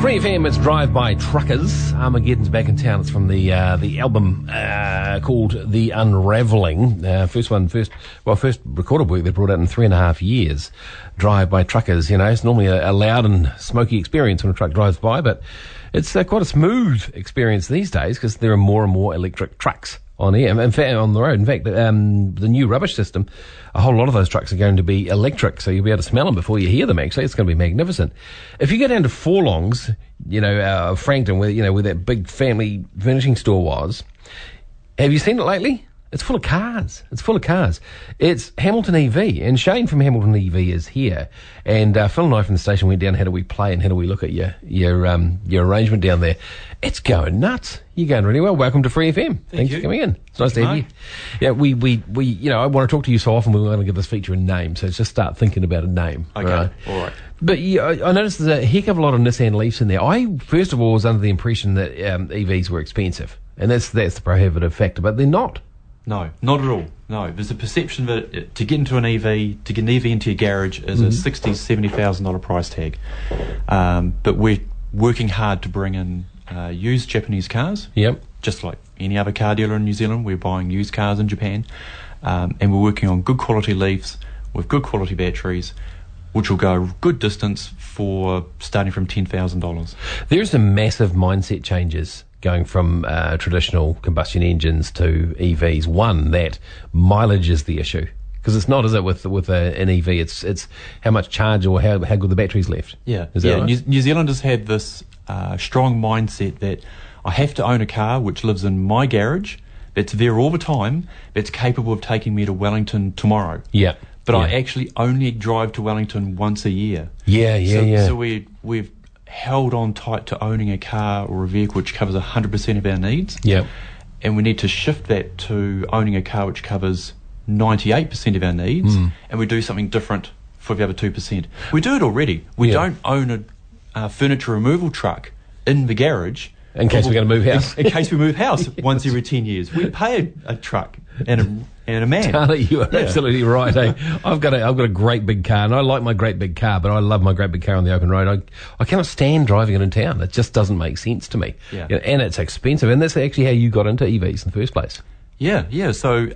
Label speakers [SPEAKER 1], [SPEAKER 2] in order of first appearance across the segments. [SPEAKER 1] Free FM is Drive by Truckers. Armageddon's back in town. It's from the uh, the album uh, called The Unraveling. Uh, first one, first well, first recorded work they brought out in three and a half years. Drive by Truckers. You know, it's normally a, a loud and smoky experience when a truck drives by, but it's uh, quite a smooth experience these days because there are more and more electric trucks on here. In fact, on the road. In fact, um, the new rubbish system, a whole lot of those trucks are going to be electric, so you'll be able to smell them before you hear them. Actually, it's going to be magnificent. If you go down to Forlongs, you know uh, Frankton, where you know where that big family furnishing store was, have you seen it lately? It's full of cars. It's full of cars. It's Hamilton EV, and Shane from Hamilton EV is here. And uh, Phil and I from the station went down. How do we play and how do we look at your your um, your arrangement down there? It's going nuts. You're going really well. Welcome to Free FM. Thanks
[SPEAKER 2] you.
[SPEAKER 1] for coming in. It's nice to have you.
[SPEAKER 2] Mark.
[SPEAKER 1] Yeah, we, we, we you know I want to talk to you so often. We are going to give this feature a name, so let's just start thinking about a name.
[SPEAKER 2] Okay, all right.
[SPEAKER 1] But yeah, I I noticed there's a heck of a lot of Nissan Leafs in there. I first of all was under the impression that um, EVs were expensive, and that's that's the prohibitive factor, but they're not.
[SPEAKER 2] No, not at all. No, there's a perception that uh, to get into an EV, to get an EV into your garage, is a sixty, seventy thousand dollar price tag. Um, but we're working hard to bring in uh, used Japanese cars.
[SPEAKER 1] Yep.
[SPEAKER 2] Just like any other car dealer in New Zealand, we're buying used cars in Japan, um, and we're working on good quality leaves with good quality batteries, which will go a good distance for starting from ten thousand dollars.
[SPEAKER 1] There's some massive mindset changes going from uh, traditional combustion engines to EVs. One that mileage is the issue because it's not, is it, with with a, an EV? It's it's how much charge or how how good the battery's left.
[SPEAKER 2] Yeah,
[SPEAKER 1] is that
[SPEAKER 2] yeah.
[SPEAKER 1] right?
[SPEAKER 2] New, New Zealanders have this uh, strong mindset that I have to own a car which lives in my garage, that's there all the time, that's capable of taking me to Wellington tomorrow.
[SPEAKER 1] yeah,
[SPEAKER 2] But I
[SPEAKER 1] yeah.
[SPEAKER 2] actually only drive to Wellington once a year.
[SPEAKER 1] yeah yeah
[SPEAKER 2] so,
[SPEAKER 1] yeah.
[SPEAKER 2] So we we've held on tight to owning a car or a vehicle which covers hundred percent of our needs.
[SPEAKER 1] yeah.
[SPEAKER 2] And we need to shift that to owning a car which covers 98% of our needs,
[SPEAKER 1] Hmm.
[SPEAKER 2] and we do something different for the other 2%. We do it already. We
[SPEAKER 1] Yeah.
[SPEAKER 2] don't own a uh, furniture removal truck in the garage.
[SPEAKER 1] In case we're gonna move house.
[SPEAKER 2] In, in case we move house once every 10 years. We pay a, a truck and a, and a man.
[SPEAKER 1] Charlie, you are absolutely right. eh? I've got a I've got a great big car, and I like my great big car, but I love my great big car on the open road. I I cannot stand driving it in town. It just doesn't make sense to me.
[SPEAKER 2] Yeah.
[SPEAKER 1] You know, and it's expensive, and that's actually how you got into EVs in the first place.
[SPEAKER 2] Yeah, yeah. So,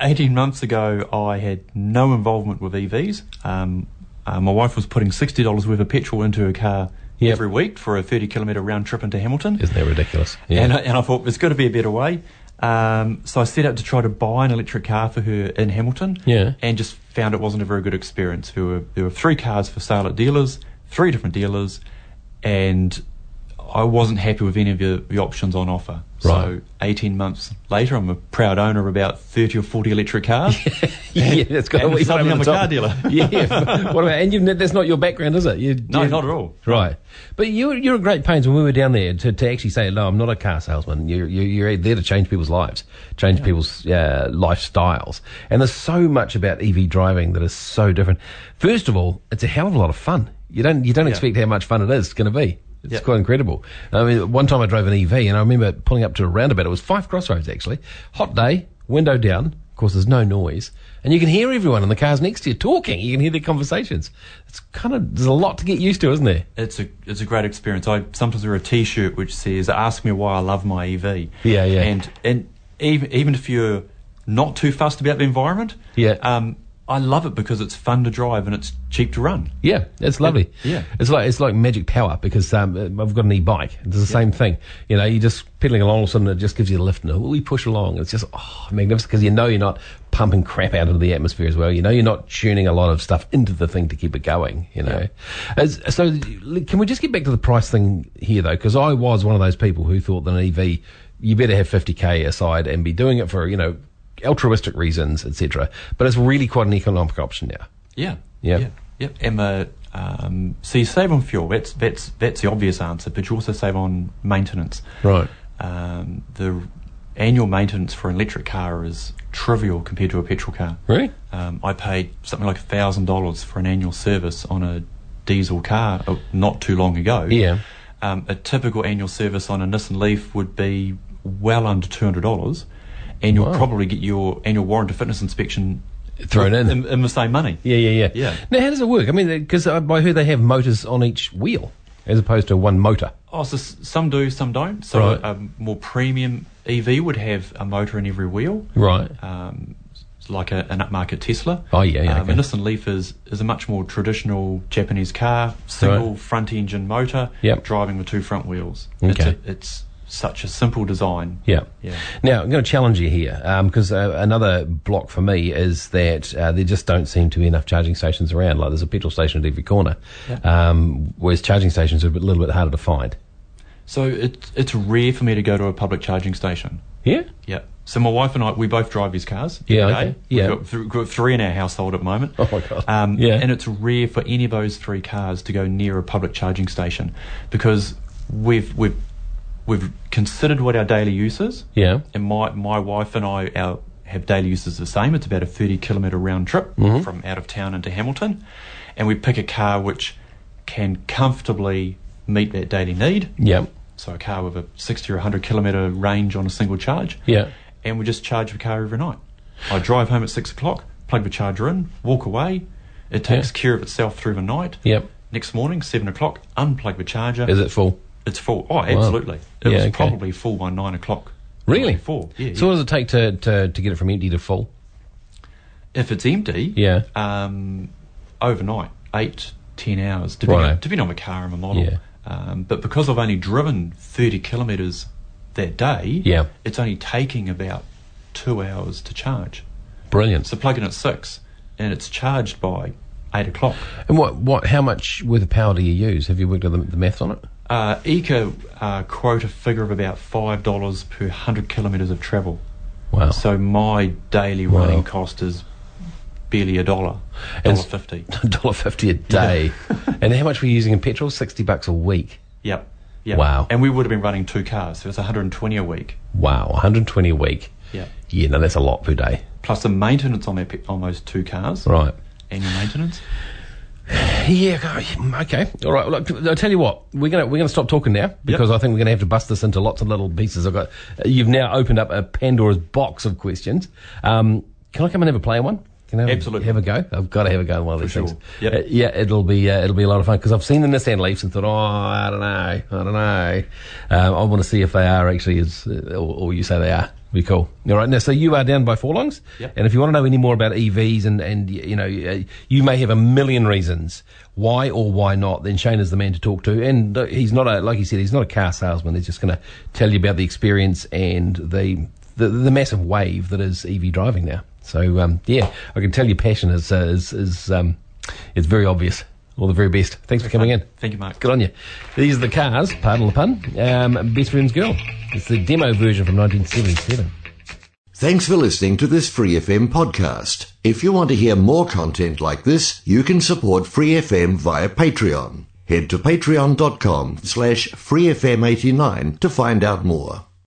[SPEAKER 2] 18 months ago, I had no involvement with EVs. Um, uh, my wife was putting $60 worth of petrol into her car
[SPEAKER 1] Yep.
[SPEAKER 2] every week for a 30 kilometre round trip into Hamilton.
[SPEAKER 1] Isn't that ridiculous? Yeah.
[SPEAKER 2] And, I, and I thought there's got to be a better way. Um, so I set out to try to buy an electric car for her in Hamilton.
[SPEAKER 1] Yeah.
[SPEAKER 2] And just found it wasn't a very good experience. There were there were three cars for sale at dealers, three different dealers, and I wasn't happy with any of the, the options on offer.
[SPEAKER 1] Right.
[SPEAKER 2] So 18 months later, I'm a proud owner of about 30 or 40 electric cars.
[SPEAKER 1] yeah, that's got
[SPEAKER 2] And
[SPEAKER 1] to be
[SPEAKER 2] suddenly
[SPEAKER 1] over
[SPEAKER 2] I'm
[SPEAKER 1] the
[SPEAKER 2] a
[SPEAKER 1] top.
[SPEAKER 2] car dealer.
[SPEAKER 1] yeah. What about, and you, that's not your background, is it? You,
[SPEAKER 2] No,
[SPEAKER 1] you-
[SPEAKER 2] not at all.
[SPEAKER 1] Right. But you, you're at great pains when we were down there to, to actually say, no, I'm not a car salesman. You're, you're, you're there to change people's lives, change people's uh, lifestyles. And there's so much about EV driving that is so different. First of all, it's a hell of a lot of fun. You don't, you don't expect how much fun it is going to be. It's
[SPEAKER 2] Yeah.
[SPEAKER 1] quite incredible. I mean, one time I drove an EV and I remember pulling up to a roundabout. It was five crossroads actually. Hot day, window down. Of course, there's no noise, and you can hear everyone in the cars next to you talking. You can hear their conversations. It's kind of there's a lot to get used to, isn't there?
[SPEAKER 2] It's a it's a great experience. I sometimes wear a T-shirt which says "Ask me why I love my EV."
[SPEAKER 1] Yeah, yeah.
[SPEAKER 2] And and even even if you're not too fussed about the environment,
[SPEAKER 1] Yeah.
[SPEAKER 2] um, I love it because it's fun to drive and it's cheap to run.
[SPEAKER 1] Yeah, it's lovely.
[SPEAKER 2] yeah.
[SPEAKER 1] it's like it's like magic power because um, I've got an e-bike. It's the same thing. You know, you're just pedaling along, all of a sudden it just gives you the lift, and we push along. It's just oh, magnificent because you know you're not pumping crap out into the atmosphere as well. You know you're not tuning a lot of stuff into the thing to keep it going. You know, As, so can we just get back to the price thing here though? Because I was one of those people who thought that an EV, you better have 50k aside and be doing it for you know altruistic reasons, etc. But it's really quite an economic option now.
[SPEAKER 2] Yeah.
[SPEAKER 1] Yeah.
[SPEAKER 2] Yeah. Yep. And the um, so you save on fuel. That's that's that's the obvious answer, but you also save on maintenance.
[SPEAKER 1] Right.
[SPEAKER 2] Uh, um, the annual maintenance for an electric car is trivial compared to a petrol car.
[SPEAKER 1] Really?
[SPEAKER 2] Um, I paid something like thousand dollars for an annual service on a diesel car uh, not too long ago.
[SPEAKER 1] Yeah.
[SPEAKER 2] Um, a typical annual service on a Nissan Leaf would be well under two hundred dollars, and you'll
[SPEAKER 1] Wow.
[SPEAKER 2] probably get your annual warranty fitness inspection
[SPEAKER 1] Thrown in.
[SPEAKER 2] in, in the same money.
[SPEAKER 1] Yeah, yeah, yeah.
[SPEAKER 2] Yeah.
[SPEAKER 1] Now, how does it work? I mean, because I, I heard they have motors on each wheel as opposed to one motor.
[SPEAKER 2] Oh, so s- some do, some don't. So
[SPEAKER 1] Right.
[SPEAKER 2] a more premium EV would have a motor in every wheel,
[SPEAKER 1] Right.
[SPEAKER 2] um, s- like a, an upmarket Tesla.
[SPEAKER 1] Oh, yeah, yeah,
[SPEAKER 2] Um,
[SPEAKER 1] okay.
[SPEAKER 2] A Nissan Leaf is, is a much more traditional Japanese car, single front engine motor,
[SPEAKER 1] Yep.
[SPEAKER 2] driving with two front wheels.
[SPEAKER 1] Okay.
[SPEAKER 2] It's, a, it's such a simple design.
[SPEAKER 1] Yeah.
[SPEAKER 2] Yeah.
[SPEAKER 1] Now, I'm going to challenge you here because uh, another block for me is that uh, there just don't seem to be enough charging stations around. Like there's a petrol station at every corner, um, whereas charging stations are a bit- little bit harder to find.
[SPEAKER 2] So it, it's rare for me to go to a public charging station.
[SPEAKER 1] Yeah?
[SPEAKER 2] Yeah. So my wife and I, we both drive these cars.
[SPEAKER 1] Yeah,
[SPEAKER 2] every
[SPEAKER 1] okay.
[SPEAKER 2] day.
[SPEAKER 1] Yeah.
[SPEAKER 2] We've got, th- got three in our household at the moment.
[SPEAKER 1] Oh, my God.
[SPEAKER 2] Um,
[SPEAKER 1] Yeah.
[SPEAKER 2] And it's rare for any of those three cars to go near a public charging station, because we've we've we've considered what our daily use is.
[SPEAKER 1] Yeah.
[SPEAKER 2] And my my wife and I our have daily uses the same. It's about a thirty kilometre round trip
[SPEAKER 1] Mm-hmm.
[SPEAKER 2] from out of town into Hamilton, and we pick a car which can comfortably meet that daily need.
[SPEAKER 1] Yeah.
[SPEAKER 2] So a car with a sixty or hundred kilometre range on a single charge
[SPEAKER 1] Yeah.
[SPEAKER 2] and we just charge the car every night. I drive home at six o'clock, plug the charger in, walk away. It takes
[SPEAKER 1] Yeah.
[SPEAKER 2] care of itself through the night.
[SPEAKER 1] Yep.
[SPEAKER 2] Next morning, seven o'clock, unplug the charger.
[SPEAKER 1] Is it full?
[SPEAKER 2] It's full. Oh, absolutely. It
[SPEAKER 1] Yeah,
[SPEAKER 2] was
[SPEAKER 1] okay.
[SPEAKER 2] probably full by nine o'clock.
[SPEAKER 1] Really?
[SPEAKER 2] Four. Yeah.
[SPEAKER 1] So,
[SPEAKER 2] yeah.
[SPEAKER 1] what does it take to, to, to get it from empty to full?
[SPEAKER 2] if it's empty,
[SPEAKER 1] Yeah.
[SPEAKER 2] um, overnight, eight, ten hours, depending,
[SPEAKER 1] Righto.
[SPEAKER 2] depending on the car and the model.
[SPEAKER 1] Yeah.
[SPEAKER 2] Um, but because I've only driven 30 kilometres that day,
[SPEAKER 1] Yeah.
[SPEAKER 2] it's only taking about two hours to charge.
[SPEAKER 1] Brilliant.
[SPEAKER 2] So plug in at six, and it's charged by eight o'clock.
[SPEAKER 1] and what, what, how much worth of power do you use? Have you worked out the, the maths on it?
[SPEAKER 2] Uh, Eco uh, quote a figure of about five dollars per hundred kilometres of travel.
[SPEAKER 1] Wow.
[SPEAKER 2] So my daily running
[SPEAKER 1] Wow.
[SPEAKER 2] cost is barely a dollar, dollar
[SPEAKER 1] It's-
[SPEAKER 2] fifty.
[SPEAKER 1] dollar fifty a day. and how much were you using in petrol? Sixty bucks a week.
[SPEAKER 2] Yep. Yep.
[SPEAKER 1] Wow.
[SPEAKER 2] And we would have been running two cars, so it's 120 a week.
[SPEAKER 1] Wow, one hundred twenty a week.
[SPEAKER 2] Yeah.
[SPEAKER 1] Yeah, no, that's a lot per day.
[SPEAKER 2] Plus the maintenance on that, pe- on those two cars,
[SPEAKER 1] Right.
[SPEAKER 2] annual maintenance.
[SPEAKER 1] Yeah. go- Okay. All right. Look, I'll tell you what. We're gonna we're gonna stop talking now because I think we're gonna have to bust this into lots of little pieces. I've got. You've now opened up a Pandora's box of questions. Um, can I come and have a play on one? Can I have,
[SPEAKER 2] Absolutely.
[SPEAKER 1] Have a go. I've got to have a go on one of these
[SPEAKER 2] sure.
[SPEAKER 1] things.
[SPEAKER 2] Yep.
[SPEAKER 1] Uh, yeah, it'll be uh, it'll be a lot of fun because I've seen the Nissan Leafs and thought, oh, I don't know, I don't know. Um, I want to see if they are actually as uh, or, or you say they are. Be cool. All right. Now, so you are down by four longs,
[SPEAKER 2] Yep.
[SPEAKER 1] and if you want to know any more about EVs and and y- you know uh, you may have a million reasons why or why not, then Shane is the man to talk to. And uh, he's not a like he said, he's not a car salesman. He's just going to tell you about the experience and the the, the massive wave that is EV driving now. So um, yeah, I can tell your passion is uh, is, is um, it's very obvious. All the very best. Thanks for coming in.
[SPEAKER 2] Thank you, Mark.
[SPEAKER 1] Good on you. These are the cars. Pardon the pun. Um, best friend's girl. It's the demo version from 1977.
[SPEAKER 3] Thanks for listening to this Free FM podcast. If you want to hear more content like this, you can support Free FM via Patreon. Head to patreon.com slash freefm89 to find out more.